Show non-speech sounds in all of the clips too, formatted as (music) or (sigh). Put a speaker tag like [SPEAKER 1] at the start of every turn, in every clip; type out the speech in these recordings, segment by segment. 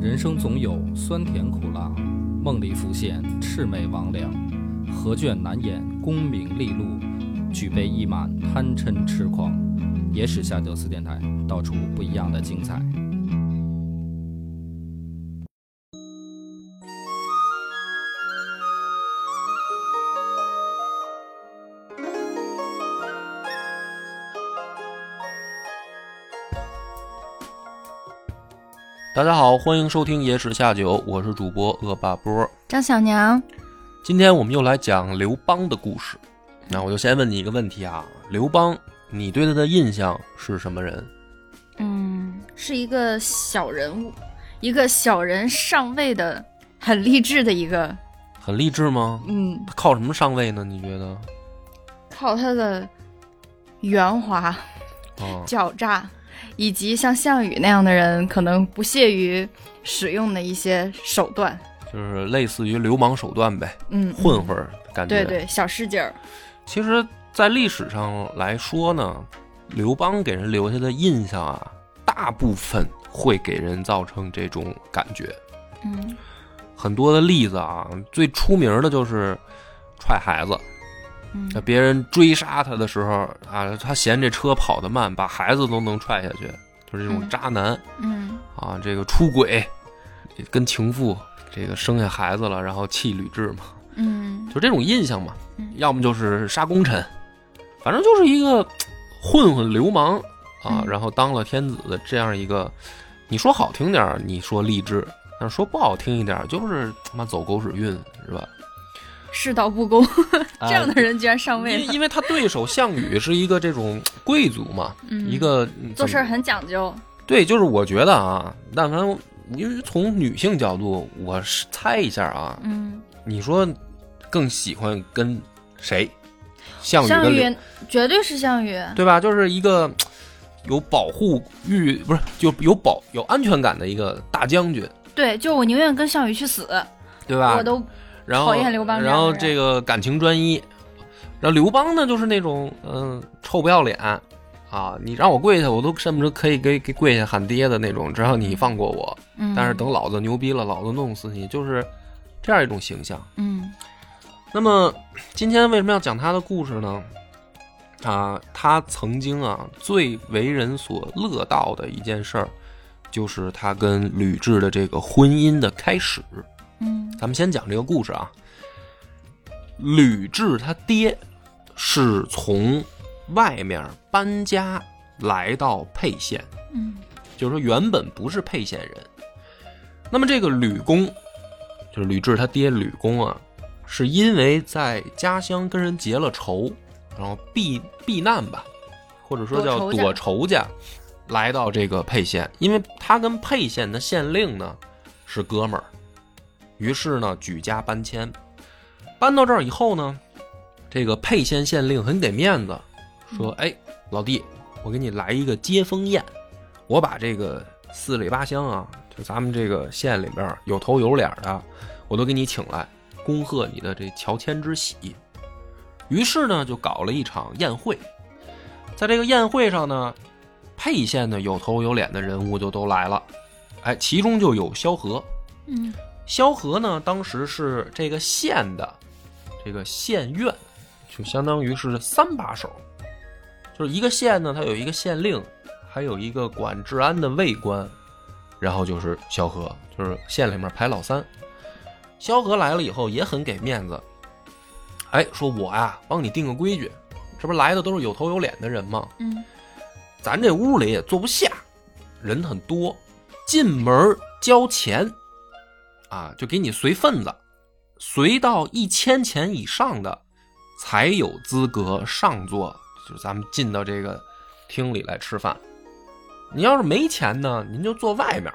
[SPEAKER 1] 人生总有酸甜苦辣，梦里浮现魑魅魍魉，何卷难掩功名利禄，举杯一满贪嗔痴狂。野史下酒四电台，道出不一样的精彩。
[SPEAKER 2] 大家好，欢迎收听《野史下酒》，我是主播恶霸波。
[SPEAKER 3] 张小娘，
[SPEAKER 2] 今天我们又来讲刘邦的故事。那我就先问你一个问题啊，刘邦，你对他的印象是什么人？
[SPEAKER 3] 嗯，是一个小人物，一个小人上位的，很励志的一个，
[SPEAKER 2] 很励志吗？
[SPEAKER 3] 嗯，
[SPEAKER 2] 他靠什么上位呢？你觉得？
[SPEAKER 3] 靠他的圆滑、
[SPEAKER 2] 啊，
[SPEAKER 3] 狡诈，以及像项羽那样的人可能不屑于使用的一些手段，
[SPEAKER 2] 就是类似于流氓手段呗，
[SPEAKER 3] 嗯，
[SPEAKER 2] 混
[SPEAKER 3] 嗯，
[SPEAKER 2] 混儿感
[SPEAKER 3] 对。
[SPEAKER 2] 觉。
[SPEAKER 3] 对，小市井儿，
[SPEAKER 2] 其实，在历史上来说呢，刘邦给人留下的印象啊，大部分会给人造成这种感觉。
[SPEAKER 3] 嗯
[SPEAKER 2] 很多的例子啊，最出名的就是踹孩子。那
[SPEAKER 3] 嗯
[SPEAKER 2] 别人追杀他的时候啊，他嫌这车跑得慢，把孩子都能踹下去，就是这种
[SPEAKER 3] 嗯
[SPEAKER 2] 渣男、
[SPEAKER 3] 嗯
[SPEAKER 2] 啊，这个出轨，跟情妇这个生下孩子了，然后弃吕雉嘛，
[SPEAKER 3] 嗯
[SPEAKER 2] 就这种印象嘛
[SPEAKER 3] 嗯。
[SPEAKER 2] 要么就是杀功臣，反正就是一个嘖混混流氓啊
[SPEAKER 3] 嗯，
[SPEAKER 2] 然后当了天子的这样一个，你说好听点儿，你说励志。但是说不好听一点儿，就是他妈走狗屎运，是吧？
[SPEAKER 3] 世道不公，
[SPEAKER 2] 啊
[SPEAKER 3] 这样的人居然上位
[SPEAKER 2] 因
[SPEAKER 3] 了，
[SPEAKER 2] 因为他对手项羽是一个这种贵族嘛，
[SPEAKER 3] 嗯
[SPEAKER 2] 一个嗯
[SPEAKER 3] 做
[SPEAKER 2] 怎么
[SPEAKER 3] 事儿很讲究，
[SPEAKER 2] 对，就是我觉得啊，但凡因为从女性角度，我是猜一下啊，
[SPEAKER 3] 嗯，
[SPEAKER 2] 你说更喜欢跟谁？项羽
[SPEAKER 3] 项
[SPEAKER 2] 跟刘
[SPEAKER 3] 羽绝对是项羽，
[SPEAKER 2] 对吧？就是一个嘖有保护欲，不是就有保有安全感的一个大将军，
[SPEAKER 3] 对，就我宁愿跟项羽去死，
[SPEAKER 2] 对吧？
[SPEAKER 3] 我都
[SPEAKER 2] 然后
[SPEAKER 3] 讨厌刘邦这样
[SPEAKER 2] 然
[SPEAKER 3] 的
[SPEAKER 2] 后
[SPEAKER 3] 人
[SPEAKER 2] 这个感情专一。然后刘邦呢，就是那种嗯、臭不要脸啊，你让我跪下，我都恨不得可以给给跪下喊爹的那种，只要你放过我。
[SPEAKER 3] 嗯，
[SPEAKER 2] 但是等老子牛逼了，老子弄死你，就是这样一种形象。
[SPEAKER 3] 嗯
[SPEAKER 2] 那么今天为什么要讲他的故事呢？啊，他曾经啊最为人所乐道的一件事儿，就是他跟吕雉的这个婚姻的开始。
[SPEAKER 3] 嗯
[SPEAKER 2] 咱们先讲这个故事啊。吕雉他爹是从外面搬家来到沛县，
[SPEAKER 3] 嗯
[SPEAKER 2] 就是说原本不是沛县人。那么这个吕公，就是吕雉他爹吕公啊，是因为在家乡跟人结了仇，然后避避难吧，或者说叫
[SPEAKER 3] 躲仇家
[SPEAKER 2] 躲仇家，来到这个沛县，因为他跟沛县的县令呢是哥们儿，于是呢举家搬迁。搬到这儿以后呢，这个沛县县令很给面子，说：“
[SPEAKER 3] 嗯
[SPEAKER 2] 哎，老弟，我给你来一个接风宴，我把这个四里八乡啊，就咱们这个县里边儿有头有脸儿的，我都给你请来，恭贺你的这乔迁之喜。”于是呢，就搞了一场宴会。在这个宴会上呢，沛县的有头有脸的人物就都来了，哎，其中就有萧何。
[SPEAKER 3] 嗯
[SPEAKER 2] 萧何呢，当时是这个县的这个县院，就相当于是三把手，就是一个县呢，它有一个县令，还有一个管治安的卫官，然后就是萧何，就是县里面排老三。萧何来了以后也很给面子，哎，说我呀、帮你定个规矩，这不是来的都是有头有脸的人吗？
[SPEAKER 3] 嗯
[SPEAKER 2] 咱这屋里也坐不下，人很多，进门交钱，啊，就给你随份子，随到一千钱以上的才有资格上座，就是咱们进到这个厅里来吃饭。你要是没钱呢，您就坐外面，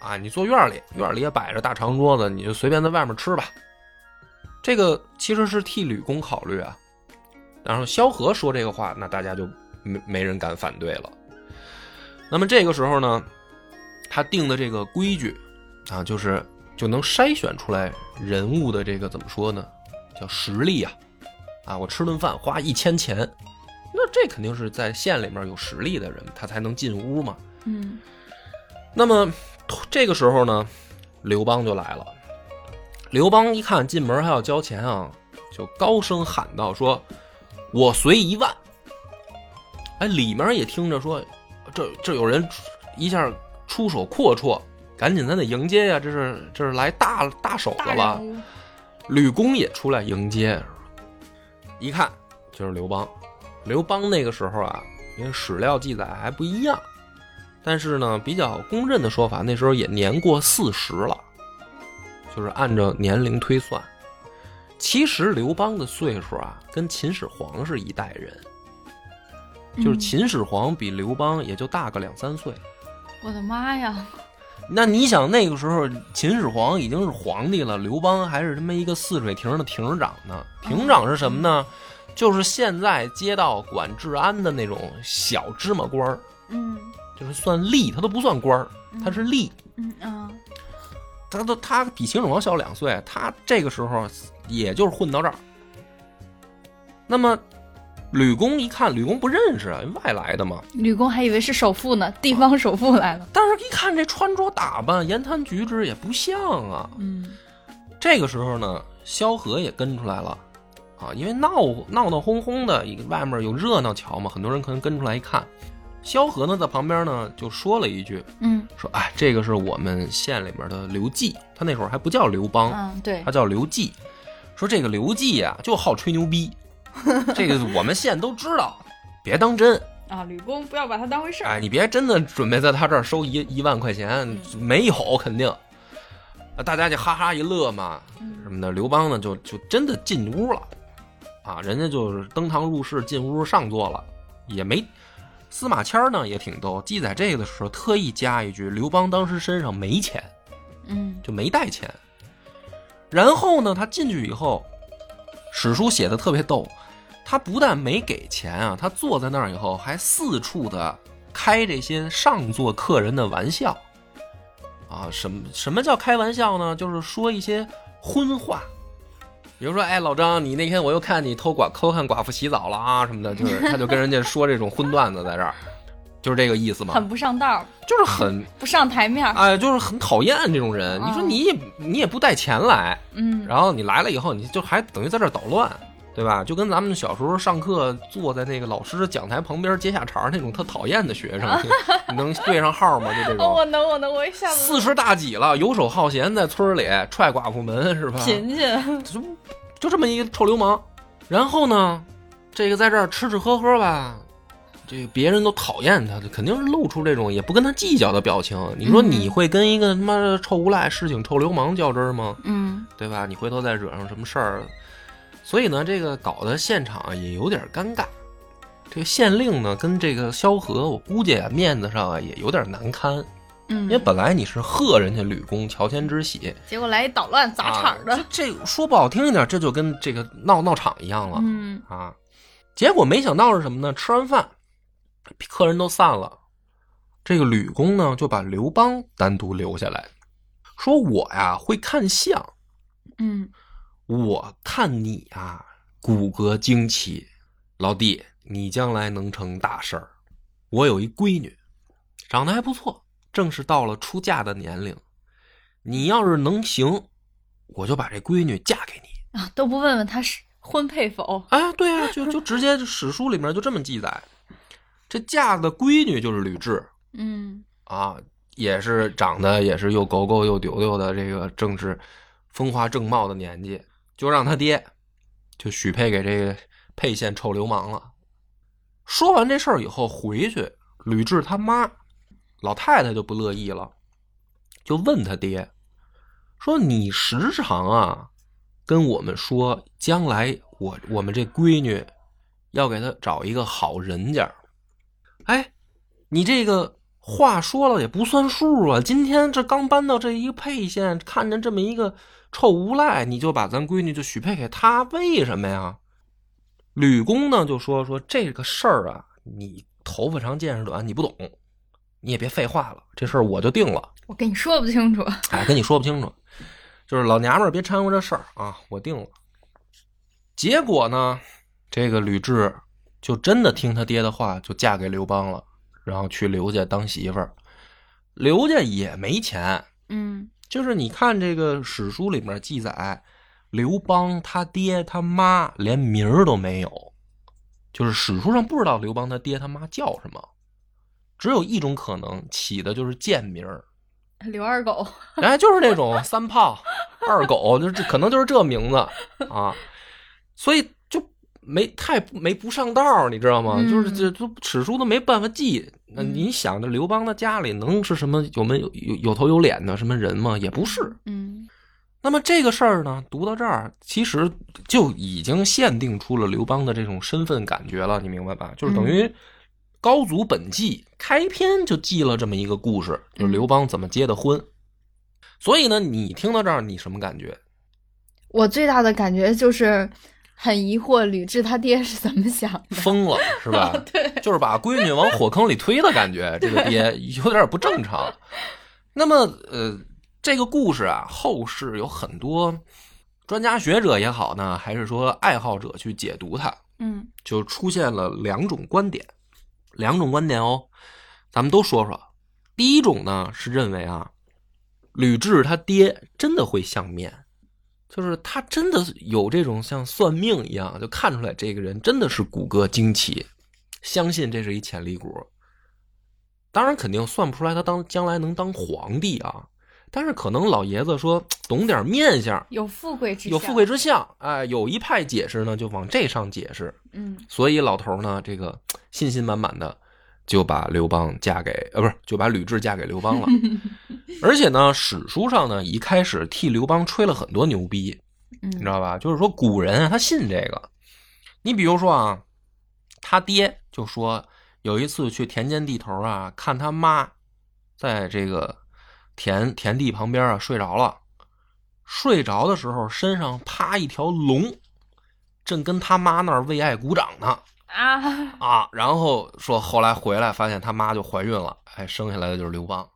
[SPEAKER 2] 啊，你坐院里，院里也摆着大长桌子，你就随便在外面吃吧。这个其实是替吕公考虑啊。然后萧何说这个话，那大家就没没人敢反对了。那么这个时候呢，他定的这个规矩啊，就是就能筛选出来人物的这个怎么说呢，叫实力啊。啊，我吃顿饭花一千钱，那这肯定是在县里面有实力的人，他才能进屋嘛。
[SPEAKER 3] 嗯
[SPEAKER 2] 那么这个时候呢，刘邦就来了。刘邦一看进门还要交钱啊，就高声喊道：“说，我随一万。”哎，里面也听着说，这这有人一下出手阔绰，赶紧咱得迎接呀、这是这是来大大手
[SPEAKER 3] 大
[SPEAKER 2] 子了
[SPEAKER 3] 人。物，
[SPEAKER 2] 吕公也出来迎接，一看就是刘邦。刘邦那个时候啊，因为史料记载还不一样，但是呢，比较公认的说法，那时候也年过四十了，就是按照年龄推算。其实刘邦的岁数啊，跟秦始皇是一代人，就是
[SPEAKER 3] 嗯
[SPEAKER 2] 秦始皇比刘邦也就大个两三岁。
[SPEAKER 3] 我的妈呀！
[SPEAKER 2] 那你想那个时候秦始皇已经是皇帝了，刘邦还是他妈一个泗水亭的亭长呢。亭长是什么呢？就是现在街道管治安的那种小芝麻官儿，
[SPEAKER 3] 嗯，
[SPEAKER 2] 就是算吏，他都不算官儿，他是吏。
[SPEAKER 3] 嗯啊，
[SPEAKER 2] 他都他比秦始皇小两岁，他这个时候也就是混到这儿。那么吕公一看，吕公不认识，外来的嘛，
[SPEAKER 3] 吕公还以为是首富呢，地方首富来了。
[SPEAKER 2] 但是一看这穿着打扮、言谈举止也不像啊，
[SPEAKER 3] 嗯
[SPEAKER 2] 这个时候呢，萧何也跟出来了，啊，因为闹闹闹哄哄的，一个外面有热闹瞧嘛，很多人可能跟出来一看。萧何呢，在旁边呢就说了一句，
[SPEAKER 3] 嗯
[SPEAKER 2] 说：“哎，这个是我们县里面的刘季，他那时候还不叫刘邦，
[SPEAKER 3] 嗯，对
[SPEAKER 2] 哦他，叫刘季。说这个刘季呀、就好吹牛逼，这个我们县都知道，别当真。
[SPEAKER 3] 啊，吕公不要把他当回事
[SPEAKER 2] 哎，你别真的准备在他这儿收一一万块钱，没有肯定。啊，大家就哈哈一乐嘛，什么的。刘邦呢，就就真的进屋了，啊，人家就是登堂入室，进屋上座了，也没。司马迁儿呢也挺逗，记载这个的时候特意加一句：刘邦当时身上没钱，
[SPEAKER 3] 嗯
[SPEAKER 2] 就没带钱。然后呢，他进去以后，史书写的特别逗，他不但没给钱啊，他坐在那儿以后还四处的开这些上座客人的玩笑，啊，什么什么叫开玩笑呢？就是说一些荤话。比如说，哎，老张，你那天我又看你偷寡偷看寡妇洗澡了啊，什么的，就是他就跟人家说这种荤段子在这儿，就是这个意思嘛，
[SPEAKER 3] 很不上道，
[SPEAKER 2] 就是很
[SPEAKER 3] 不上台
[SPEAKER 4] 啊
[SPEAKER 3] 面儿。
[SPEAKER 2] 哎，就是很讨厌这种人。你说你也你也不带钱来，
[SPEAKER 3] 嗯
[SPEAKER 2] 然后你来了以后，你就还等于在这儿捣乱，对吧？就跟咱们小时候上课坐在那个老师讲台旁边接下茬儿那种特讨厌的学生， (laughs) 你能对上号吗？就这
[SPEAKER 3] 哦，
[SPEAKER 4] (laughs)
[SPEAKER 2] 种
[SPEAKER 3] 我能，我能，我一下子
[SPEAKER 2] 四十大几了，游手好闲，在村儿里踹寡妇门是吧？
[SPEAKER 3] 贫去。
[SPEAKER 2] 就就这么一个臭流氓。然后呢，这个在这儿吃吃喝喝吧，这个别人都讨厌他，肯定是露出这种也不跟他计较的表情。你说
[SPEAKER 3] 嗯
[SPEAKER 2] 你会跟一个他妈的臭无赖、市井臭流氓较真儿吗？
[SPEAKER 3] 嗯
[SPEAKER 2] 对吧？你回头再惹上什么事儿，所以呢，这个搞得现场啊也有点尴尬。这个县令呢，跟这个萧何，我估计啊，面子上啊也有点难堪，因为
[SPEAKER 3] 嗯，
[SPEAKER 2] 本来你是贺人家吕公乔迁之喜，
[SPEAKER 3] 结果来一捣乱砸场儿
[SPEAKER 2] 啊
[SPEAKER 3] 的。
[SPEAKER 2] 这这说不好听一点，这就跟这个闹闹场一样了、
[SPEAKER 3] 嗯
[SPEAKER 2] 啊。结果没想到是什么呢？吃完饭，客人都散了，这个吕公呢就把刘邦单独留下来，说我呀会看相，
[SPEAKER 3] 嗯
[SPEAKER 2] 我看你啊骨骼惊奇，老弟，你将来能成大事儿。我有一闺女，长得还不错，正是到了出嫁的年龄。你要是能行，我就把这闺女嫁给你。
[SPEAKER 3] 啊，都不问问他是婚配否？
[SPEAKER 2] 哎，对啊，就就直接史书里面就这么记载，这嫁的闺女就是吕雉
[SPEAKER 3] 嗯
[SPEAKER 2] 啊，也是长得也是又狗狗又丢丢的，这个正是风华正茂的年纪，就让他爹就许配给这个沛县臭流氓了。说完这事儿以后回去，吕雉他妈老太太就不乐意了，就问他爹说：“你时常啊跟我们说，将来我我们这闺女要给她找一个好人家儿，哎，你这个话说了也不算数啊！今天这刚搬到这一个沛县，看见这么一个臭无赖，你就把咱闺女就许配给他，为什么呀？吕公呢就说说这个事儿啊，你头发长见识短，你不懂，你也别废话了，这事儿我就定了。
[SPEAKER 3] 我跟你说不清楚。
[SPEAKER 2] 哎，跟你说不清楚，就是老娘们儿别掺和这事儿啊，我定了。结果呢，这个吕雉就真的听他爹的话，就嫁给刘邦了，然后去刘家当媳妇儿。刘家也没钱，
[SPEAKER 3] (laughs) 嗯
[SPEAKER 2] 就是你看这个史书里面记载，刘邦他爹他妈连名儿都没有，就是史书上不知道刘邦他爹他妈叫什么，只有一种可能起的就是贱名儿，
[SPEAKER 3] 刘二狗， (laughs)
[SPEAKER 2] 哎，就是这种三炮、二狗，就是这可能就是这名字啊，所以就没太不没不上道儿，你知道吗？
[SPEAKER 3] 嗯
[SPEAKER 2] 就是这都史书都没办法记。那
[SPEAKER 3] 嗯
[SPEAKER 2] 你想，这刘邦的家里能是什么有没有有有头有脸的什么人吗？也不是。
[SPEAKER 3] 嗯
[SPEAKER 2] 那么这个事儿呢，读到这儿，其实就已经限定出了刘邦的这种身份感觉了，你明白吧？就是等于《高祖本纪》开篇就记了这么一个故事，就是刘邦怎么结的婚。所以呢，你听到这儿，你什么感觉？
[SPEAKER 3] 我最大的感觉就是很疑惑吕雉他爹是怎么想的。
[SPEAKER 2] 疯了是吧？
[SPEAKER 3] 对，
[SPEAKER 2] 就是把闺女往火坑里推的感觉，这个爹有点不正常。那么，呃，这个故事啊，后世有很多专家学者也好呢，还是说爱好者去解读它，
[SPEAKER 3] 嗯
[SPEAKER 2] 就出现了两种观点，两种观点哦，咱们都说说。第一种呢是认为啊，吕雉他爹真的会相面，就是他真的有这种像算命一样，就看出来这个人真的是骨骼惊奇，相信这是一潜力股。当然肯定算不出来他当将来能当皇帝啊，但是可能老爷子说懂点面相，
[SPEAKER 3] 有富贵之
[SPEAKER 2] 有富贵之相，哎，有一派解释呢就往这上解释，
[SPEAKER 3] 嗯
[SPEAKER 2] 所以老头儿呢，这个信心满满的就把刘邦嫁给呃，不是就把吕雉嫁给刘邦了。而且呢，史书上呢一开始替刘邦吹了很多牛逼，你知
[SPEAKER 3] 嗯
[SPEAKER 2] 道吧？就是说古人啊，他信这个。你比如说啊，他爹就说有一次去田间地头啊，看他妈在这个田田地旁边啊睡着了，睡着的时候身上啪一条龙，正跟他妈那儿为爱鼓掌呢。
[SPEAKER 3] 啊
[SPEAKER 2] 啊，然后说后来回来发现他妈就怀孕了，哎，生下来的就是刘邦，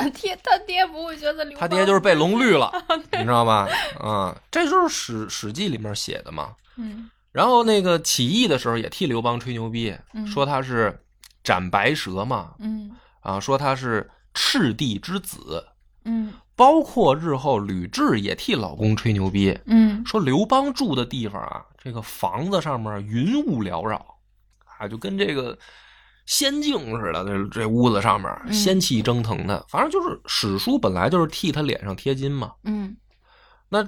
[SPEAKER 3] 他爹他爹不会觉得刘
[SPEAKER 2] 他
[SPEAKER 3] 邦
[SPEAKER 2] 爹就是被龙绿
[SPEAKER 3] (laughs)
[SPEAKER 2] 了，你知道吧？啊、这就是史《史记》里面写的嘛。
[SPEAKER 3] 嗯
[SPEAKER 2] 然后那个起义的时候也替刘邦吹牛逼，
[SPEAKER 3] 嗯
[SPEAKER 2] 说他是斩白蛇嘛，
[SPEAKER 3] 嗯
[SPEAKER 2] 啊，说他是赤帝之子，
[SPEAKER 3] 嗯
[SPEAKER 2] 包括日后吕雉也替老公吹牛逼，
[SPEAKER 3] 嗯
[SPEAKER 2] 说刘邦住的地方啊，这个房子上面云雾缭绕，啊，就跟这个仙境似的，这这屋子上面
[SPEAKER 3] 嗯
[SPEAKER 2] 仙气蒸腾的。反正就是史书本来就是替他脸上贴金嘛。
[SPEAKER 3] 嗯
[SPEAKER 2] 那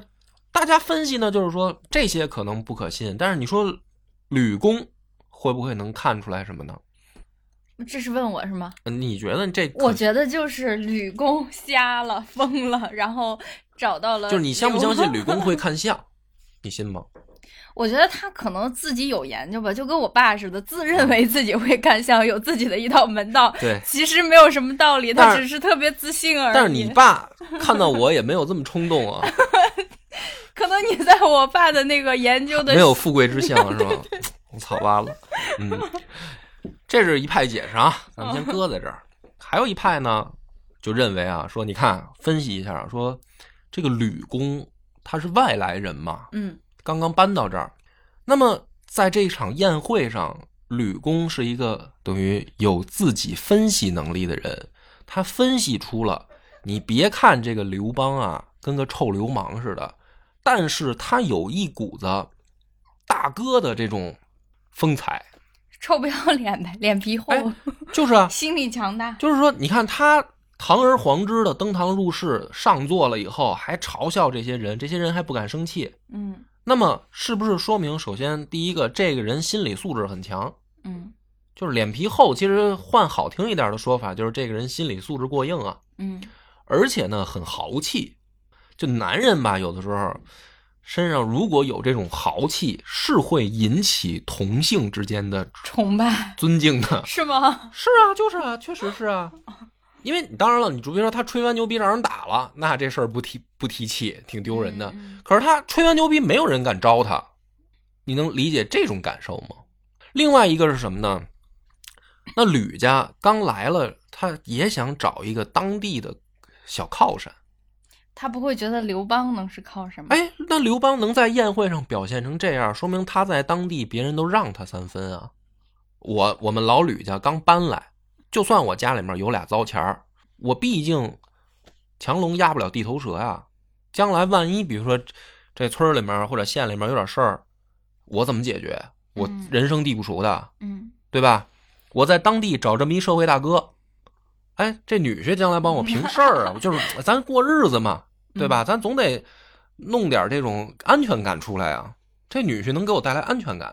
[SPEAKER 2] 大家分析呢，就是说这些可能不可信，但是你说吕公会不会能看出来什么呢？呃
[SPEAKER 3] 嗯，这是问我是吗？
[SPEAKER 2] 你觉得这可
[SPEAKER 3] 我觉得就是吕公瞎了疯了，然后找到了
[SPEAKER 2] 就是你相不相信吕
[SPEAKER 3] 刘
[SPEAKER 2] 公会看相？你信吗？
[SPEAKER 3] 我觉得他可能自己有研究吧，就跟我爸似的，自认为自己会看相，有自己的一套门道， (laughs)
[SPEAKER 2] (laughs) 对。
[SPEAKER 3] 其实没有什么道理，
[SPEAKER 2] 但
[SPEAKER 3] 他
[SPEAKER 2] 是
[SPEAKER 3] 只是特别自信而已。
[SPEAKER 2] 但是你爸看到我也没有这么冲动啊。
[SPEAKER 3] 可能你在我爸的那个研究的
[SPEAKER 2] 没有富贵之相是吧？ (laughs) 我操完了，嗯，这是一派解释啊，咱们先搁在这儿。还有一派呢，就认为啊，说你看分析一下，说这个吕公他是外来人嘛，
[SPEAKER 3] 嗯
[SPEAKER 2] 刚刚搬到这儿，那么在这场宴会上，吕公是一个等于有自己分析能力的人，他分析出了，你别看这个刘邦啊跟个臭流氓似的，但是他有一股子大哥的这种风采，
[SPEAKER 3] 臭不要脸的，脸皮厚，
[SPEAKER 2] 哎就是啊，
[SPEAKER 3] 心理强大。
[SPEAKER 2] 就是说， (laughs) 你看他堂而皇之的登堂入室上座了以后，还嘲笑这些人，这些人还不敢生气，
[SPEAKER 3] 嗯
[SPEAKER 2] 那么是不是说明，首先第一个，这个人心理素质很强，
[SPEAKER 3] 嗯
[SPEAKER 2] 就是脸皮厚。其实换好听一点的说法，就是这个人心理素质过硬啊，
[SPEAKER 3] 嗯
[SPEAKER 2] 而且呢很豪气。就男人吧，有的时候身上如果有这种豪气，是会引起同性之间的
[SPEAKER 3] 崇拜
[SPEAKER 2] 尊敬的。
[SPEAKER 3] 是吗？
[SPEAKER 2] 是啊，就是啊，确实是啊。因为你当然了，你除非说他吹完牛逼让人打了，那这事儿不提不提气，挺 (laughs) 丢人的。
[SPEAKER 3] 嗯
[SPEAKER 2] 可是他吹完牛逼，没有人敢招他，你能理解这种感受吗？另外一个是什么呢？那吕家刚来了，他也想找一个当地的小靠山。
[SPEAKER 3] 他不会觉得刘邦能是靠什么？，
[SPEAKER 2] 哎，那刘邦能在宴会上表现成这样，说明他在当地别人都让他三分啊。我我们老吕家刚搬来，就算我家里面有俩糟钱儿，我毕竟强龙压不了地头蛇呀、将来万一比如说这村儿里面儿或者县里面儿有点事儿，我怎么解决？我
[SPEAKER 3] 嗯
[SPEAKER 2] 人生地不熟的，
[SPEAKER 3] 嗯，
[SPEAKER 2] 对吧？我在当地找这么一社会大哥，哎，这女婿将来帮我平事儿啊，我 (laughs) 就是咱过日子嘛，对
[SPEAKER 4] 嗯
[SPEAKER 2] 吧？咱总得弄点这种安全感出来啊。这女婿能给我带来安全感，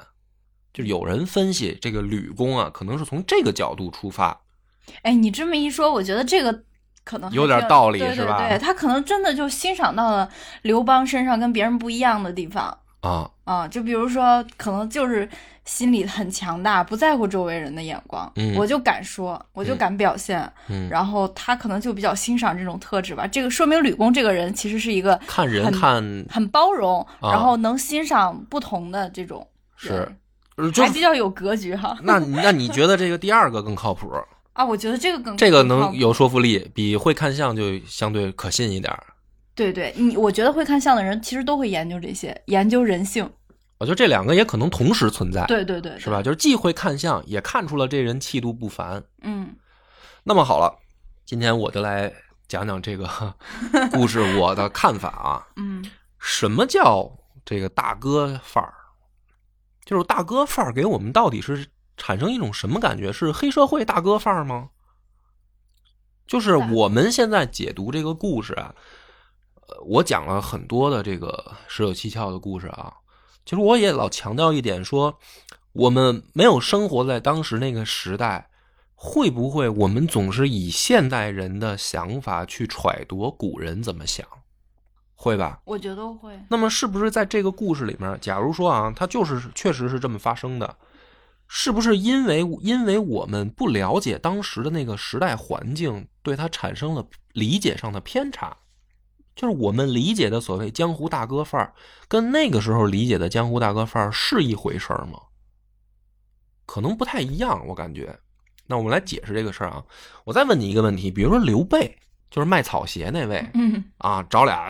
[SPEAKER 2] 就有人分析这个吕公啊，可能是从这个角度出发，
[SPEAKER 4] 哎，你这么一说，我觉得这个可能还
[SPEAKER 2] 有点
[SPEAKER 4] 是要
[SPEAKER 2] 道理
[SPEAKER 4] 对对
[SPEAKER 2] 是吧
[SPEAKER 4] 对，他可能真的就欣赏到了刘邦身上跟别人不一样的地方
[SPEAKER 2] 啊，
[SPEAKER 4] 啊，就比如说，可能就是心理很强大，不在乎周围人的眼光，
[SPEAKER 2] 嗯
[SPEAKER 4] 我就敢说，我就
[SPEAKER 2] 嗯
[SPEAKER 4] 敢表现，
[SPEAKER 2] 嗯，
[SPEAKER 4] 然后他可能就比较欣赏这种特质吧。这个说明吕公这个人其实是一个
[SPEAKER 2] 看人
[SPEAKER 4] 很
[SPEAKER 2] 看
[SPEAKER 4] 很包容，
[SPEAKER 2] 啊
[SPEAKER 4] 然后能欣赏不同的这种
[SPEAKER 2] 是
[SPEAKER 4] 人，
[SPEAKER 2] 呃就
[SPEAKER 4] 还比较有格局哈。
[SPEAKER 2] 那你那你觉得这个第二个更靠谱？
[SPEAKER 4] 啊，我觉得这个更
[SPEAKER 2] 这个
[SPEAKER 4] 更靠
[SPEAKER 2] 能
[SPEAKER 4] 谱
[SPEAKER 2] 有说服力，比会看相就相对可信一点儿。
[SPEAKER 4] 对对，你我觉得会看相的人其实都会研究这些，研究人性。
[SPEAKER 2] 我觉得这两个也可能同时存在。
[SPEAKER 4] 对对对，对
[SPEAKER 2] 是吧？？就是既会看相，也看出了这人气度不凡。
[SPEAKER 4] 嗯
[SPEAKER 2] 那么好了，今天我就来讲讲这个 (laughs) 故事我的看法啊。
[SPEAKER 4] 嗯
[SPEAKER 2] 什么叫这个大哥范儿？就是大哥范儿给我们到底是产生一种什么感觉？是黑社会大哥范儿吗？就是我们现在解读这个故事啊，呃，我讲了很多的这个十有七窍的故事啊。其实我也老强调一点说，我们没有生活在当时那个时代，会不会我们总是以现代人的想法去揣度古人怎么想？会吧？
[SPEAKER 4] 我觉得会。
[SPEAKER 2] 那么是不是在这个故事里面，假如说啊，它就是确实是这么发生的，是不是因为因为我们不了解当时的那个时代环境，对它产生了理解上的偏差？就是我们理解的所谓江湖大哥范儿，跟那个时候理解的江湖大哥范儿是一回事儿吗？可能不太一样，我感觉。那我们来解释这个事儿啊。我再问你一个问题，比如说刘备，就是卖草鞋那位
[SPEAKER 4] 嗯
[SPEAKER 2] 啊，找俩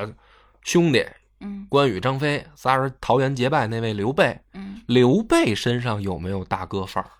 [SPEAKER 2] 兄弟
[SPEAKER 4] 嗯
[SPEAKER 2] 关羽、张飞仨人桃园结拜那位刘备，
[SPEAKER 4] 嗯，
[SPEAKER 2] 刘备身上有没有大哥范儿？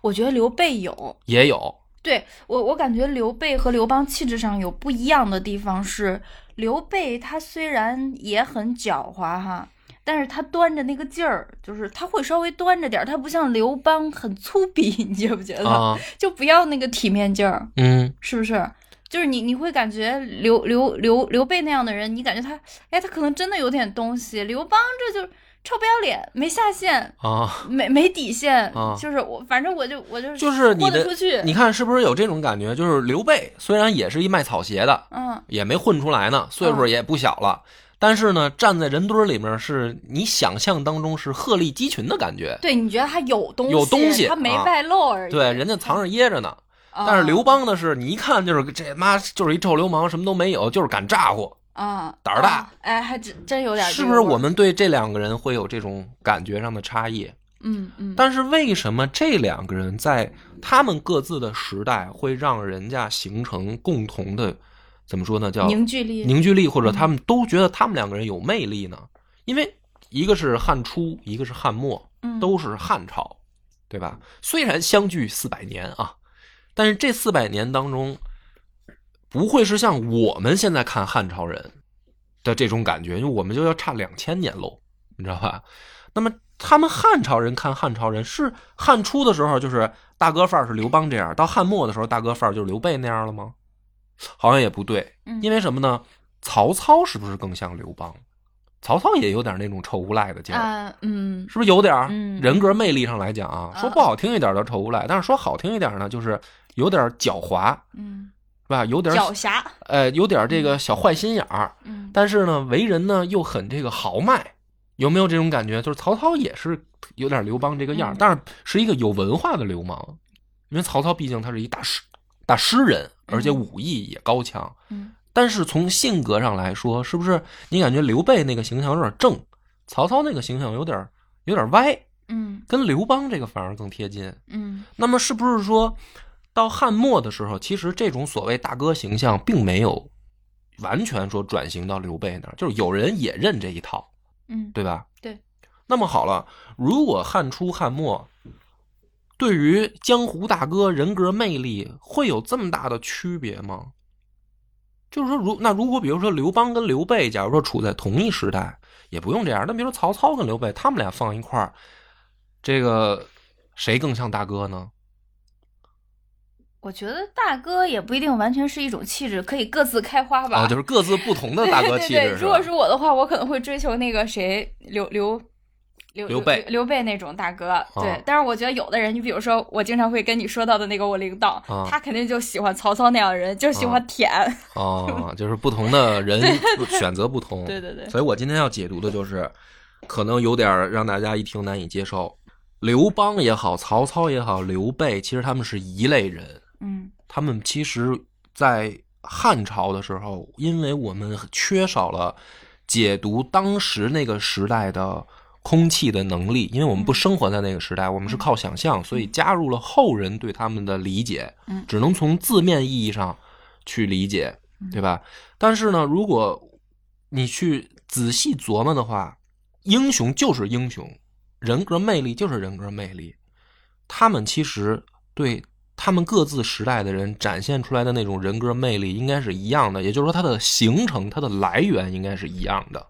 [SPEAKER 4] 我觉得刘备有，
[SPEAKER 2] 也有，
[SPEAKER 4] 对我我感觉刘备和刘邦气质上有不一样的地方是，刘备他虽然也很狡猾哈。但是他端着那个劲儿，就是他会稍微端着点儿，他不像刘邦很粗鄙，你 (laughs) 觉不觉得？
[SPEAKER 2] 啊，
[SPEAKER 4] 就呃不要那个体面劲儿。
[SPEAKER 2] 嗯，
[SPEAKER 4] 是不是？就是你你会感觉刘刘刘刘备那样的人，你感觉他，哎，他可能真的有点东西。刘邦这就是臭不要脸，没下限，
[SPEAKER 2] 啊，
[SPEAKER 4] 没没底线，
[SPEAKER 2] 啊
[SPEAKER 4] 就是我，反正我就我就
[SPEAKER 2] 就是你
[SPEAKER 4] 豁
[SPEAKER 2] 的
[SPEAKER 4] 得出去，
[SPEAKER 2] 你看是不是有这种感觉？就是刘备虽然也是一卖草鞋的，
[SPEAKER 4] 嗯
[SPEAKER 2] 也没混出来呢，岁数也不小了，但是呢，站在人堆儿里面是你想象当中是鹤立鸡群的感觉，
[SPEAKER 4] 对，你觉得他有东西，
[SPEAKER 2] 有东西
[SPEAKER 4] 他没
[SPEAKER 2] 啊
[SPEAKER 4] 外露而已。
[SPEAKER 2] 对，人家藏着掖着呢。
[SPEAKER 4] 啊，
[SPEAKER 2] 但是刘邦呢，是你一看就是这妈就是一臭流氓，什么都没有，就是敢咋呼。
[SPEAKER 4] 啊
[SPEAKER 2] 胆儿大
[SPEAKER 4] 啊哎，还真真有点这
[SPEAKER 2] 是
[SPEAKER 4] 个
[SPEAKER 2] 不是
[SPEAKER 4] 味儿
[SPEAKER 2] 我？们对这两个人会有这种感觉上的差异？
[SPEAKER 4] 嗯嗯，
[SPEAKER 2] 但是为什么这两个人在他们各自的时代会让人家形成共同的，怎么说呢？叫
[SPEAKER 4] 凝聚力，嗯
[SPEAKER 2] 凝聚力，或者他们都觉得他们两个人有魅力呢？因为一个是汉初，一个是汉末，
[SPEAKER 4] 嗯
[SPEAKER 2] 都是汉朝，对吧？虽然相距四百年啊，但是这四百年当中，不会是像我们现在看汉朝人的这种感觉，因为我们就要差两千年喽，你知道吧？那么他们汉朝人看汉朝人是汉初的时候就是大哥范儿是刘邦这样，到汉末的时候大哥范儿就是刘备那样了吗？好像也不对，
[SPEAKER 4] 嗯
[SPEAKER 2] 因为什么呢？曹操是不是更像刘邦？曹操也有点那种臭无赖的劲儿，
[SPEAKER 4] 啊嗯
[SPEAKER 2] 是不是有点儿
[SPEAKER 4] 嗯
[SPEAKER 2] 人格魅力上来讲啊？
[SPEAKER 4] 啊
[SPEAKER 2] 说不好听一点儿叫丑无赖，但是说好听一点儿呢，就是有点儿狡猾，
[SPEAKER 4] 嗯，
[SPEAKER 2] 是吧？有点儿
[SPEAKER 4] 狡黠，
[SPEAKER 2] 呃，有点儿这个小坏心眼儿，
[SPEAKER 4] 嗯
[SPEAKER 2] 但是呢，为人呢又很这个豪迈，有没有这种感觉？就是曹操也是有点刘邦这个样儿，
[SPEAKER 4] 嗯
[SPEAKER 2] 但是是一个有文化的流氓，因为曹操毕竟他是一大诗大诗人，而且武艺也高强。
[SPEAKER 4] 嗯
[SPEAKER 2] 但是从性格上来说，是不是你感觉刘备那个形象有点正，曹操那个形象有点有点歪，
[SPEAKER 4] 嗯
[SPEAKER 2] 跟刘邦这个反而更贴近？
[SPEAKER 4] 嗯
[SPEAKER 2] 那么是不是说到汉末的时候，其实这种所谓大哥形象并没有完全说转型到刘备那儿，就是有人也认这一套，
[SPEAKER 4] 嗯，
[SPEAKER 2] 对吧？
[SPEAKER 4] 对。
[SPEAKER 2] 那么好了，如果汉初汉末对于江湖大哥人格魅力会有这么大的区别吗？就是说如，那如果比如说刘邦跟刘备，假如说处在同一时代，也不用这样。那比如说曹操跟刘备，他们俩放一块儿，这个谁更像大哥呢？
[SPEAKER 4] 我觉得大哥也不一定完全是一种气质，可以各自开花吧。
[SPEAKER 2] 啊，就是各自不同的大哥气质。
[SPEAKER 4] 对对对，
[SPEAKER 2] 吧
[SPEAKER 4] 如果是我的话，我可能会追求那个谁，刘刘刘
[SPEAKER 2] 刘备啊
[SPEAKER 4] 刘备那种大哥。对，但是我觉得有的人，你比如说我经常会跟你说到的那个我领导，
[SPEAKER 2] 啊
[SPEAKER 4] 他肯定就喜欢曹操那样的人，就喜欢舔。
[SPEAKER 2] 哦，就是不同的人选择不同。
[SPEAKER 4] (laughs) 对对对
[SPEAKER 2] 嗯所以我今天要解读的就是，可能有点儿让大家一听难以接受。刘邦也好，曹操也好，刘备其实他们是一类人。
[SPEAKER 4] 嗯
[SPEAKER 2] 他们其实，在汉朝的时候，因为我们缺少了解读当时那个时代的空气的能力，因为我们不生活在那个时代，我们是靠想象，所以加入了后人对他们的理解
[SPEAKER 4] 嗯，
[SPEAKER 2] 只能从字面意义上去理解，对吧？但是呢，如果你去仔细琢磨的话，英雄就是英雄，人格魅力就是人格魅力。他们其实对他们各自时代的人展现出来的那种人格魅力应该是一样的，也就是说，它的形成、它的来源应该是一样的。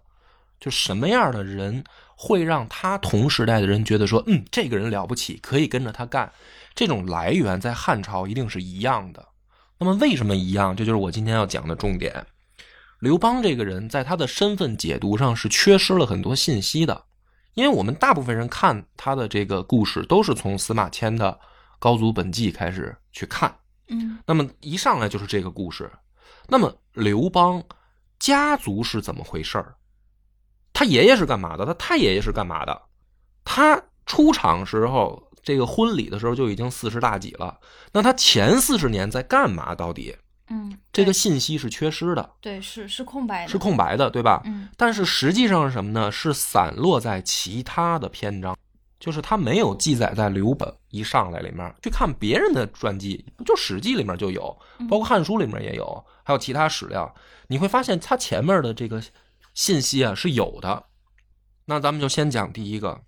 [SPEAKER 2] 就什么样的人会让他同时代的人觉得说，嗯，这个人了不起，可以跟着他干，这种来源在汉朝一定是一样的。那么为什么一样？这就是我今天要讲的重点。刘邦这个人在他的身份解读上是缺失了很多信息的，因为我们大部分人看他的这个故事都是从司马迁的《高祖本纪》开始去看，
[SPEAKER 4] 嗯
[SPEAKER 2] 那么一上来就是这个故事。那么刘邦家族是怎么回事儿？他爷爷是干嘛的？他太爷爷是干嘛的？他出场时候，这个婚礼的时候就已经四十大几了。那他前四十年在干嘛？到底
[SPEAKER 4] 嗯，
[SPEAKER 2] 这个
[SPEAKER 4] 对
[SPEAKER 2] 信息是缺失的，
[SPEAKER 4] 对是是空白的，
[SPEAKER 2] 是。空白的，对吧？
[SPEAKER 4] 嗯
[SPEAKER 2] 但是实际上是什么呢？是散落在其他的篇章，就是它没有记载在刘本一上来里面。去看别人的传记，就《史记》里面就有，
[SPEAKER 4] 嗯
[SPEAKER 2] 包括《汉书》里面也有，还有其他史料，你会发现它前面的这个信息啊是有的。那咱们就先讲第一个，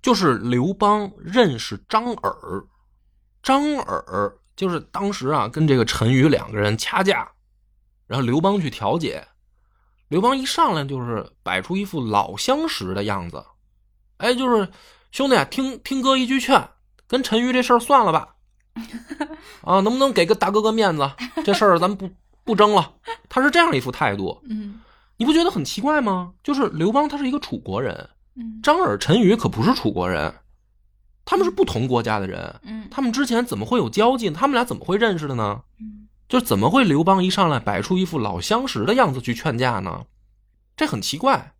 [SPEAKER 2] 就是刘邦认识张耳，张耳就是当时啊跟这个陈馀两个人掐架，然后刘邦去调解，刘邦一上来就是摆出一副老相识的样子，哎，就是兄弟啊，听听哥一句劝，跟陈馀这事儿算了吧，啊，能不能给个大哥哥面子？这事儿咱不不争了。他是这样一副态度，
[SPEAKER 4] 嗯
[SPEAKER 2] 你不觉得很奇怪吗？就是刘邦他是一个楚国人，
[SPEAKER 4] 嗯
[SPEAKER 2] 张耳、陈馀可不是楚国人，他们是不同国家的人，
[SPEAKER 4] 嗯 (laughs)
[SPEAKER 2] 他们之前怎么会有交际呢？他们俩怎么会认识的呢？
[SPEAKER 4] 嗯
[SPEAKER 2] 就是怎么会刘邦一上来摆出一副老相识的样子去劝架呢？这很奇怪。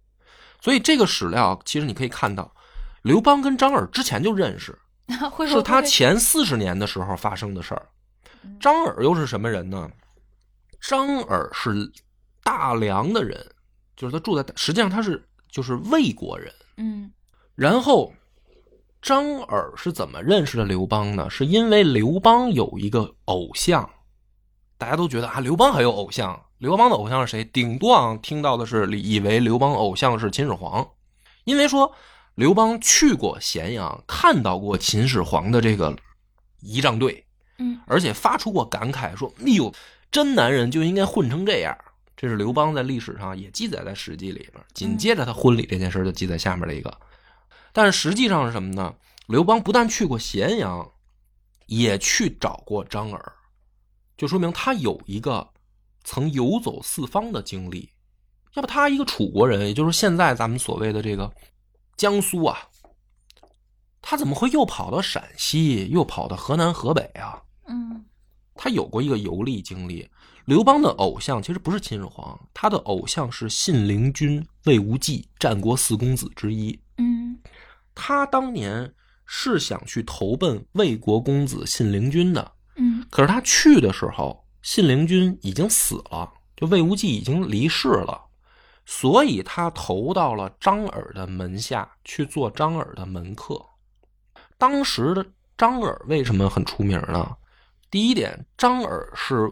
[SPEAKER 2] 所以这个史料其实你可以看到，刘邦跟张耳之前就认识，
[SPEAKER 4] 嗯，会嗯
[SPEAKER 2] 是他前四十年的时候发生的事儿。张耳又是什么人呢？张耳是大梁的人，就是他住在，实际上他是就是魏国人。
[SPEAKER 4] 嗯
[SPEAKER 2] 然后张耳是怎么认识的刘邦呢？是因为刘邦有一个偶像，大家都觉得啊，刘邦还有偶像。刘邦的偶像是谁？顶多啊听到的是以为刘邦偶像是秦始皇，因为说刘邦去过咸阳，看到过秦始皇的这个仪仗队，
[SPEAKER 4] 嗯
[SPEAKER 2] 而且发出过感慨说：“哎呦，真男人就应该混成这样。”这是刘邦在历史上也记载在《史记》里边。紧接着他婚礼这件事儿就记在下面的一个，但是实际上是什么呢？刘邦不但去过咸阳，也去找过张耳，就说明他有一个曾游走四方的经历。要不他一个楚国人，也就是现在咱们所谓的这个江苏啊，他怎么会又跑到陕西，又跑到河南、河北啊？
[SPEAKER 4] 嗯
[SPEAKER 2] 他有过一个游历经历。刘邦的偶像其实不是秦始皇，他的偶像是信陵君魏无忌，战国四公子之一。
[SPEAKER 4] 嗯
[SPEAKER 2] 他当年是想去投奔魏国公子信陵君的，
[SPEAKER 4] 嗯
[SPEAKER 2] 可是他去的时候，信陵君已经死了，就魏无忌已经离世了，所以他投到了张耳的门下去做张耳的门客。当时的张耳为什么很出名呢？第一点，张耳是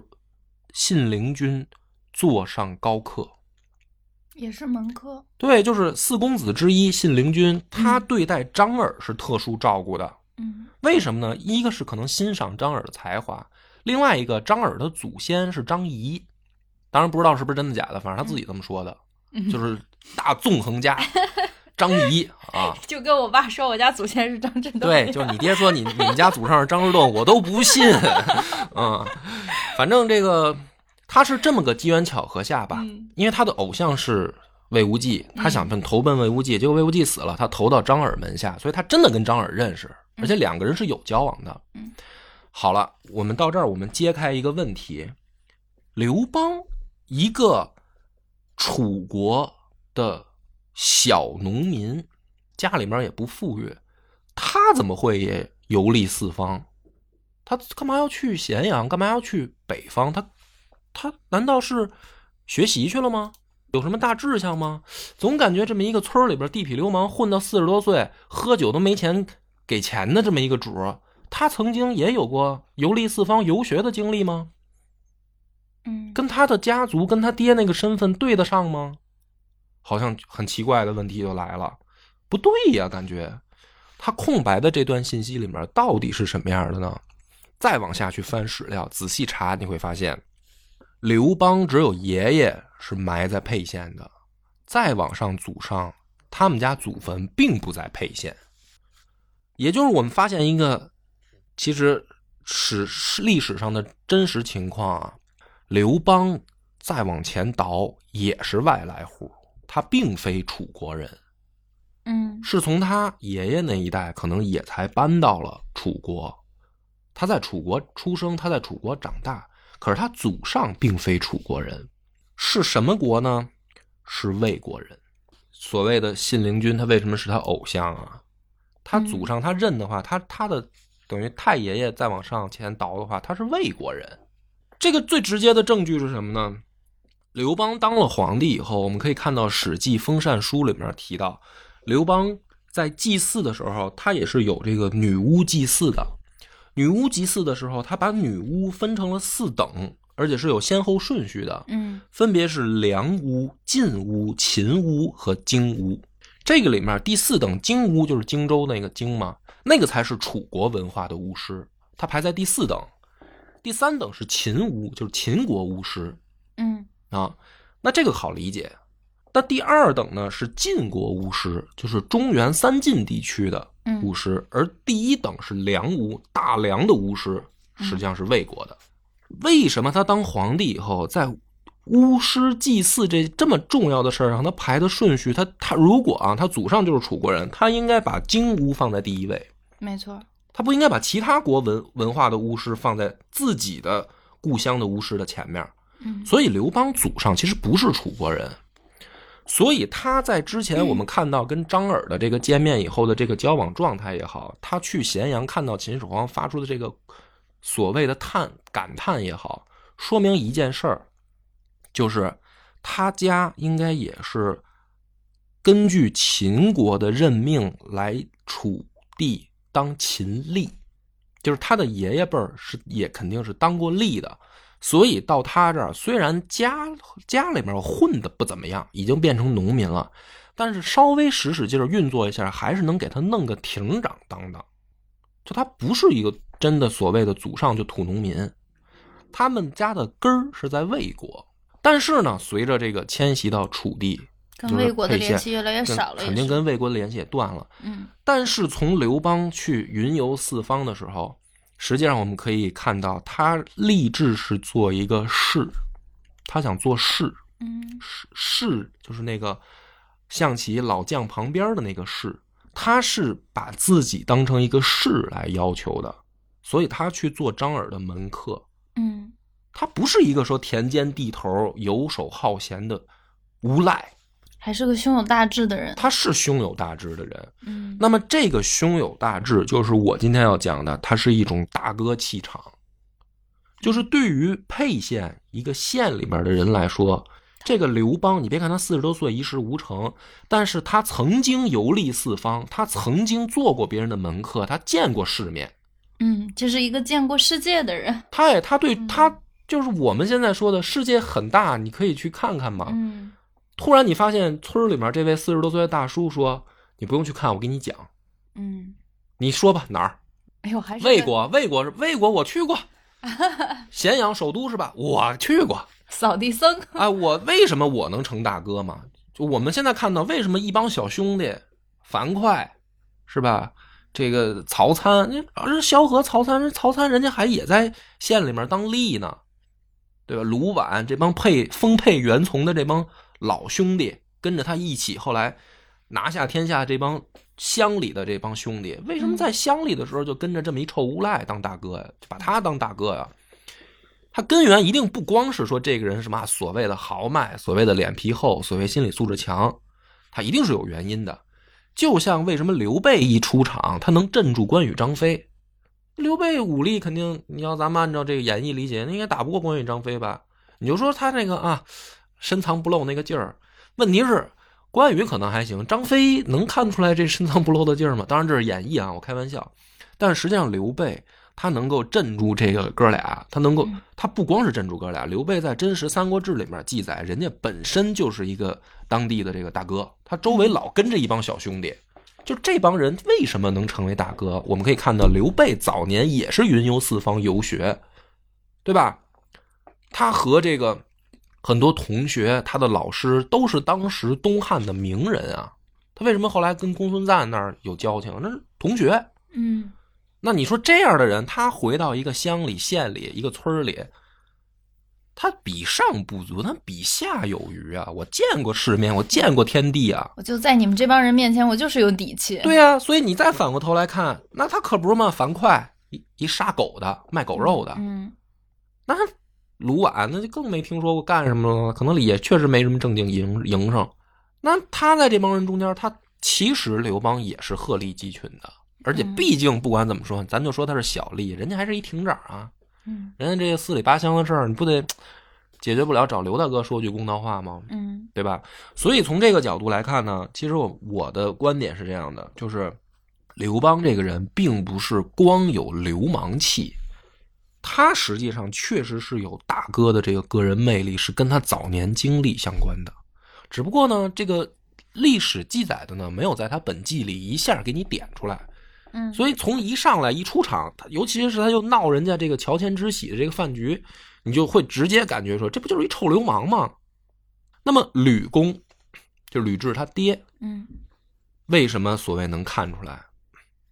[SPEAKER 2] 信陵君座上高客，
[SPEAKER 4] 也是门客。
[SPEAKER 2] 对，就是四公子之一信陵君，他对待张耳是特殊照顾的。
[SPEAKER 4] 嗯
[SPEAKER 2] 为什么呢？一个是可能欣赏张耳的才华，另外一个张耳的祖先是张仪，当然不知道是不是真的假的，反正他自己这么说的，
[SPEAKER 4] 嗯
[SPEAKER 2] 就是大纵横家张仪啊。
[SPEAKER 4] (laughs) 就跟我爸说我家祖先是张震东一样，
[SPEAKER 2] 对，就是你爹说你你们家祖上是张之洞，我都不信。 (laughs) 嗯，反正这个他是这么个机缘巧合下吧，
[SPEAKER 4] 嗯
[SPEAKER 2] 因为他的偶像是魏无忌，他想奔投奔魏无忌，结果魏无忌死了，他投到张耳门下，所以他真的跟张耳认识，而且两个人是有交往的。
[SPEAKER 4] 嗯
[SPEAKER 2] 好了，我们到这儿，我们揭开一个问题：刘邦，一个楚国的小农民，家里面也不富裕，他怎么会也游历四方？他干嘛要去咸阳？干嘛要去北方？他他难道是学习去了吗？有什么大志向吗？总感觉这么一个村儿里边地痞流氓混到四十多岁，喝酒都没钱给钱的这么一个主儿，他曾经也有过游历四方游学的经历吗？
[SPEAKER 4] 嗯，
[SPEAKER 2] 跟他的家族跟他爹那个身份对得上吗？好像很奇怪的问题就来了，不对呀，感觉他空白的这段信息里面到底是什么样的呢？再往下去翻史料，仔细查，你会发现，刘邦只有爷爷是埋在沛县的，再往上祖上，他们家祖坟并不在沛县。也就是我们发现一个，其实史史历史上的真实情况啊，刘邦再往前倒也是外来户，他并非楚国人，
[SPEAKER 4] 嗯
[SPEAKER 2] 是从他爷爷那一代可能也才搬到了楚国。他在楚国出生，他在楚国长大，可是他祖上并非楚国人，是什么国呢？是魏国人。所谓的信陵君，他为什么是他偶像啊？他祖上他认的话，他他的等于太爷爷再往上前倒的话，他是魏国人。这个最直接的证据是什么呢？刘邦当了皇帝以后，我们可以看到《史记·封禅书》里面提到，刘邦在祭祀的时候，他也是有这个女巫祭祀的。女巫祭祀的时候，他把女巫分成了四等，而且是有先后顺序的。
[SPEAKER 4] 嗯
[SPEAKER 2] 分别是梁屋、晋屋、秦屋和荆屋。这个里面第四等荆屋就是荆州那个荆嘛，那个才是楚国文化的巫师，它排在第四等。第三等是秦巫，就是秦国巫师
[SPEAKER 4] 嗯
[SPEAKER 2] 啊。那这个好理解。那第二等呢是晋国巫师，就是中原三晋地区的巫师，而第一等是梁巫，大梁的巫师实际上是魏国的。为什么他当皇帝以后，在巫师祭祀这这么重要的事儿上，他排的顺序，他他如果啊，他祖上就是楚国人，他应该把金巫放在第一位，
[SPEAKER 4] 没错，
[SPEAKER 2] 他不应该把其他国文文化的巫师放在自己的故乡的巫师的前面。
[SPEAKER 4] 嗯
[SPEAKER 2] 所以刘邦祖上其实不是楚国人，所以他在之前我们看到跟张耳的这个见面以后的这个交往状态也好，他去咸阳看到秦始皇发出的这个所谓的叹感叹也好，说明一件事儿，就是他家应该也是根据秦国的任命来楚地当秦吏，就是他的爷爷辈儿是也肯定是当过吏的，所以到他这儿虽然家家里面混的不怎么样，已经变成农民了，但是稍微使使劲儿运作一下，还是能给他弄个亭长当当。就他不是一个真的所谓的祖上就土农民，他们家的根儿是在魏国。但是呢，随着这个迁徙到楚地，
[SPEAKER 4] 跟
[SPEAKER 2] 就是
[SPEAKER 4] 魏国的
[SPEAKER 2] 沛县
[SPEAKER 4] 联系越来越
[SPEAKER 2] 跟
[SPEAKER 4] 哎少了也是，
[SPEAKER 2] 肯定跟魏国的联系也断了。
[SPEAKER 4] 嗯
[SPEAKER 2] 但是从刘邦去云游四方的时候，实际上我们可以看到，他立志是做一个士，他想做士，
[SPEAKER 4] 嗯
[SPEAKER 2] 士士就是那个象棋老将旁边的那个士，他是把自己当成一个士来要求的，所以他去做张耳的门客，
[SPEAKER 4] 嗯
[SPEAKER 2] 他不是一个说田间地头游手好闲的无赖，
[SPEAKER 4] 还是个胸有大志的人，
[SPEAKER 2] 他是胸有大志的人。
[SPEAKER 4] 嗯
[SPEAKER 2] 那么这个胸有大志，就是我今天要讲的，它是一种大哥气场，就是对于沛县一个县里面的人来说，这个刘邦，你别看他四十多岁一事无成，但是他曾经游历四方，他曾经做过别人的门客，他见过世面，
[SPEAKER 4] 嗯，这是一个见过世界的人，
[SPEAKER 2] 他也他对
[SPEAKER 4] 嗯
[SPEAKER 2] 他就是我们现在说的世界很大，你可以去看看嘛。
[SPEAKER 4] 嗯
[SPEAKER 2] 突然你发现村里面这位四十多岁的大叔说：“你不用去看，我给你讲，
[SPEAKER 4] 嗯，
[SPEAKER 2] 你说吧哪儿。”
[SPEAKER 4] 哎呦，还
[SPEAKER 2] (laughs)
[SPEAKER 4] 是
[SPEAKER 2] 魏
[SPEAKER 4] 跟
[SPEAKER 2] (laughs) 国，魏国是魏国，我去过，咸阳首都是吧？我去过，
[SPEAKER 4] 扫地僧。
[SPEAKER 2] 哎，我为什么我能成大哥嘛？就我们现在看到，为什么一帮小兄弟，樊哙是吧？这个曹参，那而是萧何、曹参，人曹参人家还也在县里面当吏呢，对吧？卢绾这帮配封配袁崇的这帮老兄弟，跟着他一起，后来拿下天下这帮乡里的这帮兄弟，为什么在乡里的时候就跟着这么一臭无赖当大哥呀？就把他当大哥呀？他根源一定不光是说这个人什么啊所谓的豪迈、所谓的脸皮厚、所谓心理素质强，他一定是有原因的。就像为什么刘备一出场，他能镇住关羽、张飞？刘备武力肯定，你要咱们按照这个演义理解，应该打不过关羽、张飞吧？你就说他那个啊，深藏不露那个劲儿。问题是，关羽可能还行，张飞能看出来这深藏不露的劲儿吗？当然这是演绎啊，我开玩笑。但实际上，刘备他能够镇住这个哥俩，他能够，他不光是镇住哥俩。刘备在真实《三国志》里面记载，人家本身就是一个当地的这个大哥，他周围老跟着一帮小兄弟。就这帮人为什么能成为大哥？我们可以看到，刘备早年也是云游四方游学，对吧？他和这个很多同学、他的老师都是当时东汉的名人啊。他为什么后来跟公孙瓒那儿有交情？那是同学，
[SPEAKER 4] 嗯，
[SPEAKER 2] 那你说这样的人，他回到一个乡里、县里、一个村儿里，他比上不足，他比下有余啊！我见过世面，我见过天地啊！
[SPEAKER 4] 我就在你们这帮人面前，我就是有底气。
[SPEAKER 2] 对呀、所以你再反过头来看，那他可不是嘛，樊哙一一杀狗的，卖狗肉的，
[SPEAKER 4] 嗯，
[SPEAKER 2] 那卢绾那就更没听说过干什么了，可能也确实没什么正经营营生。那他在这帮人中间，他其实刘邦也是鹤立鸡群的，而且
[SPEAKER 4] 嗯
[SPEAKER 2] 毕竟不管怎么说，咱就说他是小吏，人家还是一亭长啊，
[SPEAKER 4] 嗯
[SPEAKER 2] 人家这个四里八乡的事儿，你不得解决不了，找刘大哥说句公道话吗？
[SPEAKER 4] 嗯
[SPEAKER 2] 对吧？所以从这个角度来看呢，其实我我的观点是这样的，就是刘邦这个人并不是光有流氓气，他实际上确实是有大哥的这个个人魅力，是跟他早年经历相关的。只不过呢，这个历史记载的呢，没有在他本纪里一下给你点出来。
[SPEAKER 4] 嗯，
[SPEAKER 2] 所以从一上来一出场，他尤其是他又闹人家这个乔迁之喜的这个饭局，你就会直接感觉说这不就是一臭流氓吗？那么吕公就吕雉他爹，
[SPEAKER 4] 嗯
[SPEAKER 2] 为什么所谓能看出来？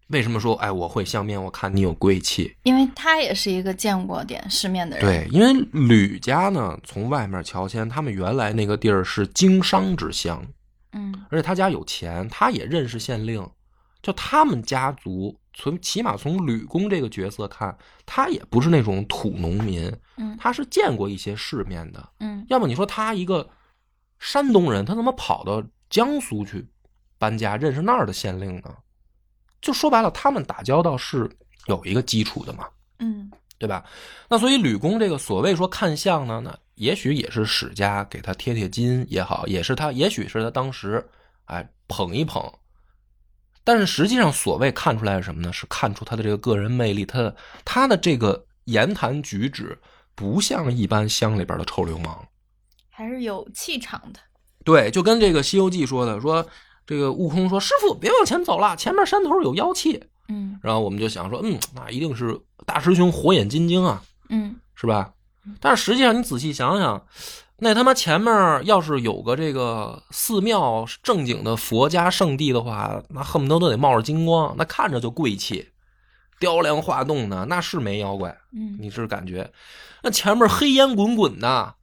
[SPEAKER 2] 为什么说哎我会相面？我看你有贵气。
[SPEAKER 4] 因为他也是一个见过点世面的人。，
[SPEAKER 2] 对，因为吕家呢从外面乔迁，他们原来那个地儿是经商之乡，
[SPEAKER 4] 嗯
[SPEAKER 2] 而且他家有钱，他也认识县令，就他们家族从起码从吕公这个角色看，他也不是那种土农民，
[SPEAKER 4] 嗯
[SPEAKER 2] 他是见过一些世面的。
[SPEAKER 4] 嗯
[SPEAKER 2] 要么你说他一个山东人，他怎么跑到江苏去搬家，认识那儿的县令呢？就说白了，他们打交道是有一个基础的嘛。
[SPEAKER 4] 嗯
[SPEAKER 2] 对吧？那所以吕公这个所谓说看相呢，那也许也是史家给他贴贴金也好，也是他，也许是他当时哎捧一捧。但是实际上，所谓看出来是什么呢？是看出他的这个个人魅力，他的他的这个言谈举止不像一般乡里边的臭流氓。
[SPEAKER 4] 还是有气场的。
[SPEAKER 2] 对，就跟这个《西游记》说的，说这个悟空说：“师傅，别往前走了，前面山头有妖气。
[SPEAKER 4] 嗯”
[SPEAKER 2] 然后我们就想说，嗯，那一定是大师兄火眼金睛啊，
[SPEAKER 4] 嗯
[SPEAKER 2] 是吧？但是实际上，你仔细想想，那他妈前面要是有个这个寺庙正经的佛家圣地的话，那恨不得都得冒着金光，那看着就贵气，雕梁画栋的，那是没妖怪，
[SPEAKER 4] 嗯
[SPEAKER 2] 你是感觉？那前面黑烟滚滚的，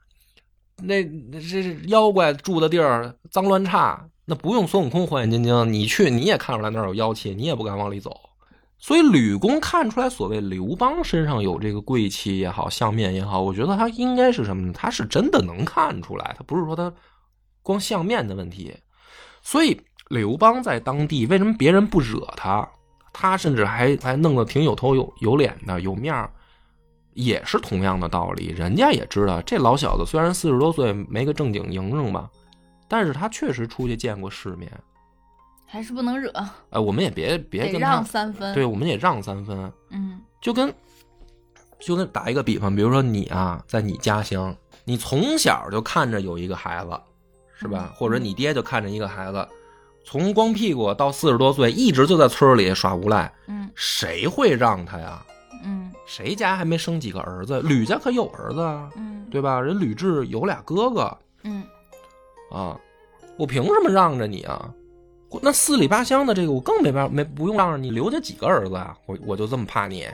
[SPEAKER 2] 那那这是妖怪住的地儿脏乱差，那不用孙悟空火眼金睛，你去你也看出来那儿有妖气，你也不敢往里走。所以吕公看出来，所谓刘邦身上有这个贵气也好，相面也好，我觉得他应该是什么呢？他是真的能看出来，他不是说他光相面的问题。所以刘邦在当地为什么别人不惹他，他甚至还还弄得挺有头有有脸的，有面儿，也是同样的道理。人家也知道这老小子虽然四十多岁没个正经营生吧，但是他确实出去见过世面。
[SPEAKER 4] 还是不能惹，
[SPEAKER 2] 哎，我们也别别
[SPEAKER 4] 得
[SPEAKER 2] 跟
[SPEAKER 4] 让
[SPEAKER 2] 他，
[SPEAKER 4] 三分。
[SPEAKER 2] 对，，我们也让三分。
[SPEAKER 4] 嗯
[SPEAKER 2] 就跟就跟打一个比方，比如说你啊，在你家乡，你从小就看着有一个孩子，是吧
[SPEAKER 4] 嗯？
[SPEAKER 2] 或者你爹就看着一个孩子，从光屁股到四十多岁，一直就在村里耍无赖，
[SPEAKER 4] 嗯
[SPEAKER 2] 谁会让他呀？
[SPEAKER 4] 嗯
[SPEAKER 2] 谁家还没生几个儿子？吕家可有儿子啊，
[SPEAKER 4] 嗯
[SPEAKER 2] 对吧？人吕雉有俩哥哥
[SPEAKER 4] 嗯
[SPEAKER 2] 啊，我凭什么让着你啊？我那四里八乡的这个我更没办法，没不用让着你刘家几个儿子啊，我我就这么怕你？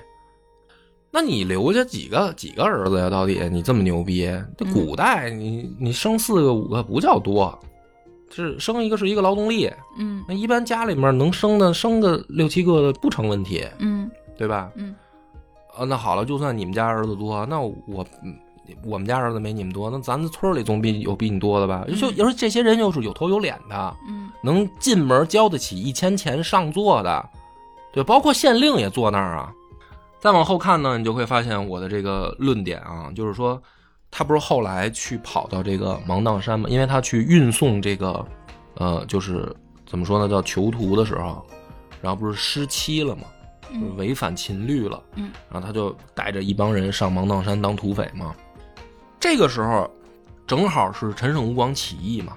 [SPEAKER 2] 那你刘家几个几个儿子呀、到底你这么牛逼？这
[SPEAKER 4] 嗯
[SPEAKER 2] 古代你你生四个五个不叫多，是生一个是一个劳动力，
[SPEAKER 4] 嗯
[SPEAKER 2] 那一般家里面能生的生个六七个的不成问题，
[SPEAKER 4] 嗯
[SPEAKER 2] 对吧？
[SPEAKER 4] 嗯，
[SPEAKER 2] 啊，那好了，就算你们家儿子多，那我嗯我们家儿子没你们多，那咱们村里总比有比你多的吧？就要是这些人又是有头有脸的，
[SPEAKER 4] 嗯
[SPEAKER 2] 能进门交得起一千钱上座的，对，包括县令也坐那儿啊。再往后看呢，你就会发现我的这个论点啊，就是说，他不是后来去跑到这个芒砀山吗？因为他去运送这个，呃，就是怎么说呢，叫囚徒的时候，然后不是失妻了吗？就是
[SPEAKER 4] 嗯
[SPEAKER 2] 违反秦律了，
[SPEAKER 4] 嗯，
[SPEAKER 2] 然后他就带着一帮人上芒砀山当土匪嘛。这个时候，正好是陈胜吴广起义嘛。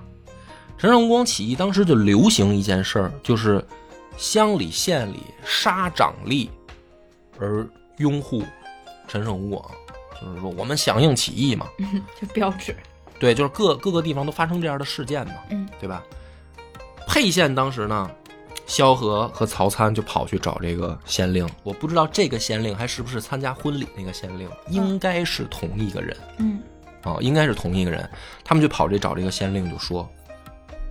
[SPEAKER 2] 陈胜吴广起义当时就流行一件事儿，就是乡里县里杀长吏，而拥护陈胜吴广，就是说我们响应起义嘛。
[SPEAKER 4] 嗯，就标志，
[SPEAKER 2] 对，就是各各个地方都发生这样的事件嘛，
[SPEAKER 4] 嗯，
[SPEAKER 2] 对吧？沛县当时呢，萧何和曹参就跑去找这个县令，我不知道这个县令还是不是参加婚礼那个县令，应该是同一个人
[SPEAKER 4] 嗯
[SPEAKER 2] 啊、应该是同一个人。他们就跑这找这个县令，就说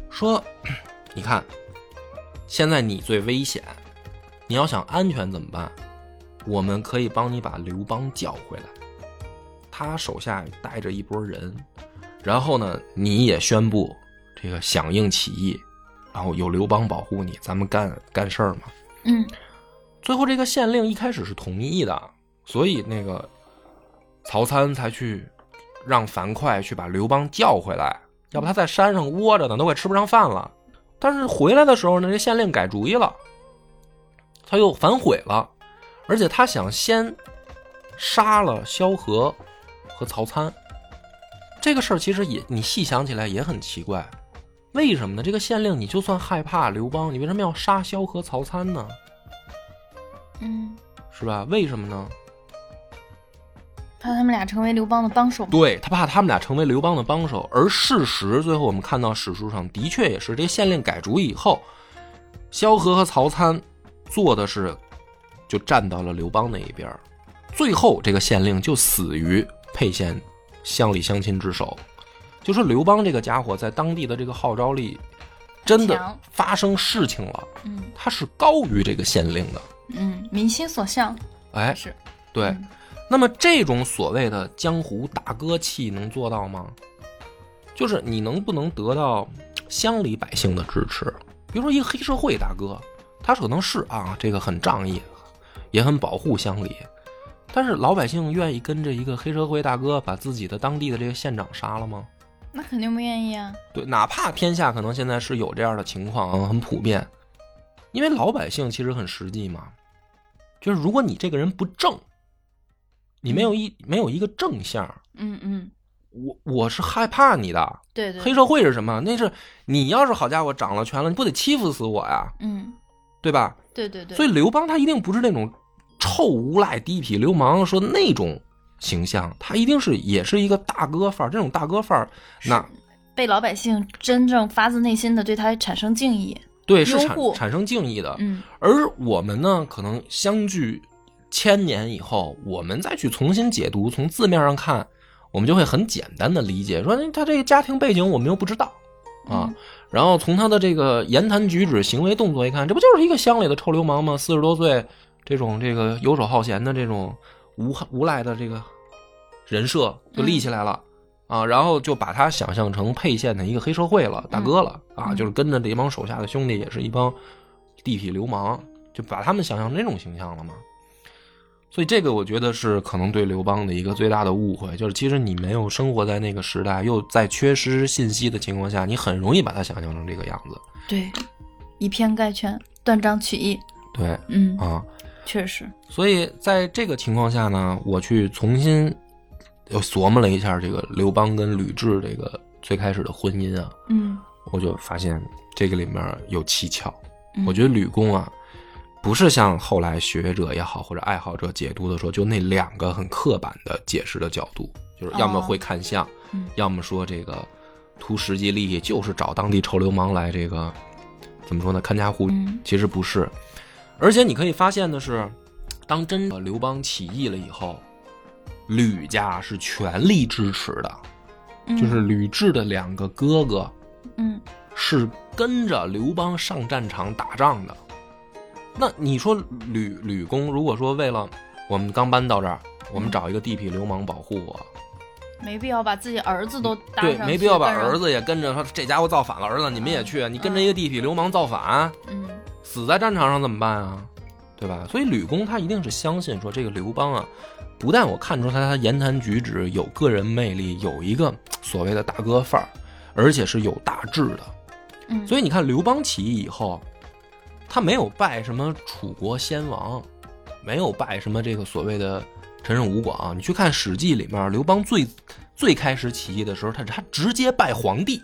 [SPEAKER 2] 说，你看，现在你最危险，你要想安全怎么办？我们可以帮你把刘邦叫回来，他手下带着一波人，然后呢，你也宣布这个响应起义，然后有刘邦保护你，咱们干干事儿嘛。
[SPEAKER 4] 嗯
[SPEAKER 2] 最后这个县令一开始是同意的，所以那个曹参才去让樊哙去把刘邦叫回来，要不他在山上窝着呢，都快吃不上饭了。但是回来的时候呢，这县令改主意了，他又反悔了，而且他想先杀了萧何和曹参。这个事儿其实也你细想起来也很奇怪，为什么呢？这个县令你就算害怕刘邦，你为什么要杀萧何、曹参呢？
[SPEAKER 4] 嗯，
[SPEAKER 2] 是吧？为什么呢？
[SPEAKER 4] 怕他们俩成为刘邦的帮手，
[SPEAKER 2] 对他怕他们俩成为刘邦的帮手，而事实最后我们看到史书上的确也是，这县令改主意以后，萧何和曹参做的是就站到了刘邦那一边儿，最后这个县令就死于沛县乡里乡亲之手。就说刘邦这个家伙在当地的这个号召力，真
[SPEAKER 4] 很强
[SPEAKER 2] 的发生事情了，
[SPEAKER 4] 嗯
[SPEAKER 2] 他是高于这个县令的。
[SPEAKER 4] 嗯，民心所向
[SPEAKER 2] 哎，
[SPEAKER 4] 是，
[SPEAKER 2] 对。
[SPEAKER 4] 嗯
[SPEAKER 2] 那么这种所谓的江湖大哥气能做到吗？就是你能不能得到乡里百姓的支持？比如说一个黑社会大哥，他可能是啊，这个很仗义，也很保护乡里，但是老百姓愿意跟着一个黑社会大哥把自己的当地的这个县长杀了吗？
[SPEAKER 4] 那肯定不愿意啊，
[SPEAKER 2] 对，哪怕天下可能现在是有这样的情况啊，很普遍，因为老百姓其实很实际嘛，就是如果你这个人不正，你没有一没有一个正相儿，
[SPEAKER 4] 嗯嗯，
[SPEAKER 2] 我我是害怕你的。
[SPEAKER 4] 对对，
[SPEAKER 2] 黑社会是什么？那是你要是好家伙掌了权了，你不得欺负死我呀，
[SPEAKER 4] 嗯，
[SPEAKER 2] 对吧？
[SPEAKER 4] 对对对，
[SPEAKER 2] 所以刘邦他一定不是那种臭无赖、地痞流氓说那种形象，他一定是也是一个大哥范儿。这种大哥范儿，那
[SPEAKER 4] 被老百姓真正发自内心的对他产生敬意，
[SPEAKER 2] 对是
[SPEAKER 4] 拥
[SPEAKER 2] 产
[SPEAKER 4] 护
[SPEAKER 2] 产生敬意的。
[SPEAKER 4] 嗯
[SPEAKER 2] 而我们呢，可能相距千年以后，我们再去重新解读，从字面上看，我们就会很简单的理解，说哎他这个家庭背景我们又不知道啊。
[SPEAKER 4] 嗯
[SPEAKER 2] 然后从他的这个言谈举止、行为动作一看，这不就是一个乡里的臭流氓吗？四十多岁，这种这个游手好闲的这种无无赖的这个人设就立起来了。啊，然后就把他想象成沛县的一个黑社会了，大哥了、啊，
[SPEAKER 4] 嗯
[SPEAKER 2] 就是跟着这帮手下的兄弟，也是一帮地痞流氓，就把他们想象成那种形象了嘛。所以这个我觉得是可能对刘邦的一个最大的误会，就是其实你没有生活在那个时代，又在缺失信息的情况下，你很容易把他想象成这个样子。
[SPEAKER 4] 对，以偏概全，断章取义，
[SPEAKER 2] 对
[SPEAKER 4] 嗯，
[SPEAKER 2] 啊，
[SPEAKER 4] 确实，
[SPEAKER 2] 所以在这个情况下呢，我去重新又琢磨了一下这个刘邦跟吕雉这个最开始的婚姻啊，
[SPEAKER 4] 嗯，
[SPEAKER 2] 我就发现这个里面有蹊跷。
[SPEAKER 4] 嗯
[SPEAKER 2] 我觉得吕公啊，不是像后来学者也好或者爱好者解读的说，就那两个很刻板的解释的角度，就是要么
[SPEAKER 4] 哦
[SPEAKER 2] 会看相，
[SPEAKER 4] 嗯
[SPEAKER 2] 要么说这个图实际利益，就是找当地臭流氓来这个怎么说呢？看家护
[SPEAKER 4] 嗯
[SPEAKER 2] 其实不是。而且你可以发现的是，当真呃刘邦起义了以后，吕家是全力支持的，
[SPEAKER 4] 嗯
[SPEAKER 2] 就是吕雉的两个哥哥
[SPEAKER 4] 嗯
[SPEAKER 2] 是跟着刘邦上战场打仗的。那你说吕吕公如果说为了我们刚搬到这儿，我
[SPEAKER 4] 嗯
[SPEAKER 2] 们找一个地痞流氓保护我，
[SPEAKER 4] 没必要把自己儿子都
[SPEAKER 2] 嗯
[SPEAKER 4] 搭上
[SPEAKER 2] 对
[SPEAKER 4] 去，，
[SPEAKER 2] 没必要把
[SPEAKER 4] 但是
[SPEAKER 2] 儿子也跟着说这家伙造反了，儿子你们也去，啊你跟着一个地痞流氓造反，
[SPEAKER 4] 嗯
[SPEAKER 2] 死在战场上怎么办啊？对吧？所以吕公他一定是相信说这个刘邦啊，不但我看出他他言谈举止有个人魅力，有一个所谓的大哥范儿，而且是有大志的。
[SPEAKER 4] 嗯，
[SPEAKER 2] 所以你看刘邦起义以后，他没有拜什么楚国先王，没有拜什么这个所谓的陈胜吴广。啊你去看《史记》里面，刘邦最最开始起义的时候，他他直接拜皇帝，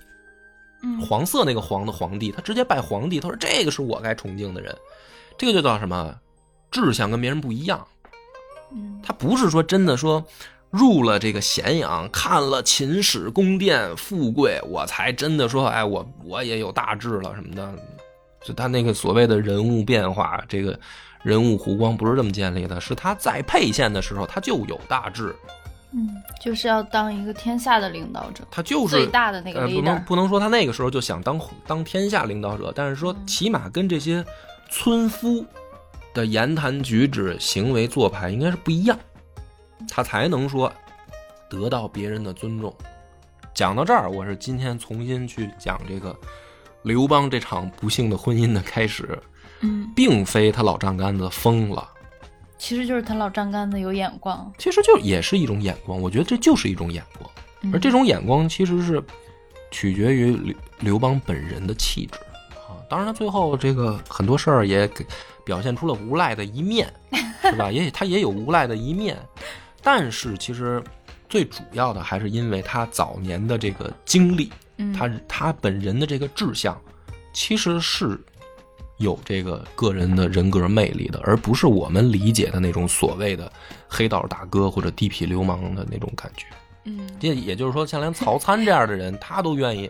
[SPEAKER 4] 嗯
[SPEAKER 2] 黄色那个黄的皇帝，他直接拜皇帝，他说这个是我该崇敬的人，这个就叫什么志向跟别人不一样。
[SPEAKER 4] 嗯
[SPEAKER 2] 他不是说真的说入了这个咸阳，看了秦始宫殿富贵，我才真的说，哎，我我也有大志了什么的。就他那个所谓的人物变化，这个人物弧光不是这么建立的，是他在沛县的时候他就有大志，
[SPEAKER 4] 嗯，就是要当一个天下的领导者，
[SPEAKER 2] 他就是
[SPEAKER 4] 最大的那个
[SPEAKER 2] 呃，不能
[SPEAKER 4] leader，
[SPEAKER 2] 不能说他那个时候就想当当天下领导者，但是说
[SPEAKER 4] 嗯
[SPEAKER 2] 起码跟这些村夫的言谈举止、行为做派应该是不一样，他才能说得到别人的尊重。讲到这儿，我是今天重新去讲这个刘邦这场不幸的婚姻的开始，
[SPEAKER 4] 嗯，
[SPEAKER 2] 并非他老丈杆子疯了，
[SPEAKER 4] 其实就是他老丈杆子有眼光，
[SPEAKER 2] 其实就也是一种眼光，我觉得这就是一种眼光，
[SPEAKER 4] 嗯
[SPEAKER 2] 而这种眼光其实是取决于刘刘邦本人的气质啊。当然，最后这个很多事儿也给表现出了无赖的一面，是吧？也他也有无赖的一面，但是其实最主要的还是因为他早年的这个经历，
[SPEAKER 4] 嗯
[SPEAKER 2] 他他本人的这个志向，其实是有这个个人的人格魅力的，而不是我们理解的那种所谓的黑道大哥或者地痞流氓的那种感觉。
[SPEAKER 4] 嗯
[SPEAKER 2] 这也就是说，像连曹参这样的人，他都愿意，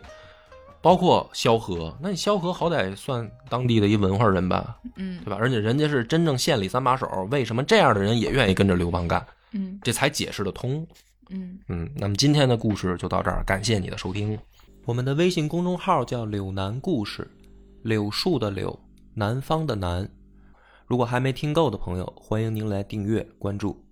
[SPEAKER 2] 包括萧何，那你萧何好歹算当地的一文化人吧，
[SPEAKER 4] 嗯
[SPEAKER 2] 对吧？而且人家是真正县里三把手，为什么这样的人也愿意跟着刘邦干？
[SPEAKER 4] 嗯
[SPEAKER 2] 这才解释得通。
[SPEAKER 4] 嗯，
[SPEAKER 2] 嗯，那么今天的故事就到这儿，感谢你的收听。我们的微信公众号叫“柳南故事”，柳树的柳，南方的南。如果还没听够的朋友，欢迎您来订阅关注。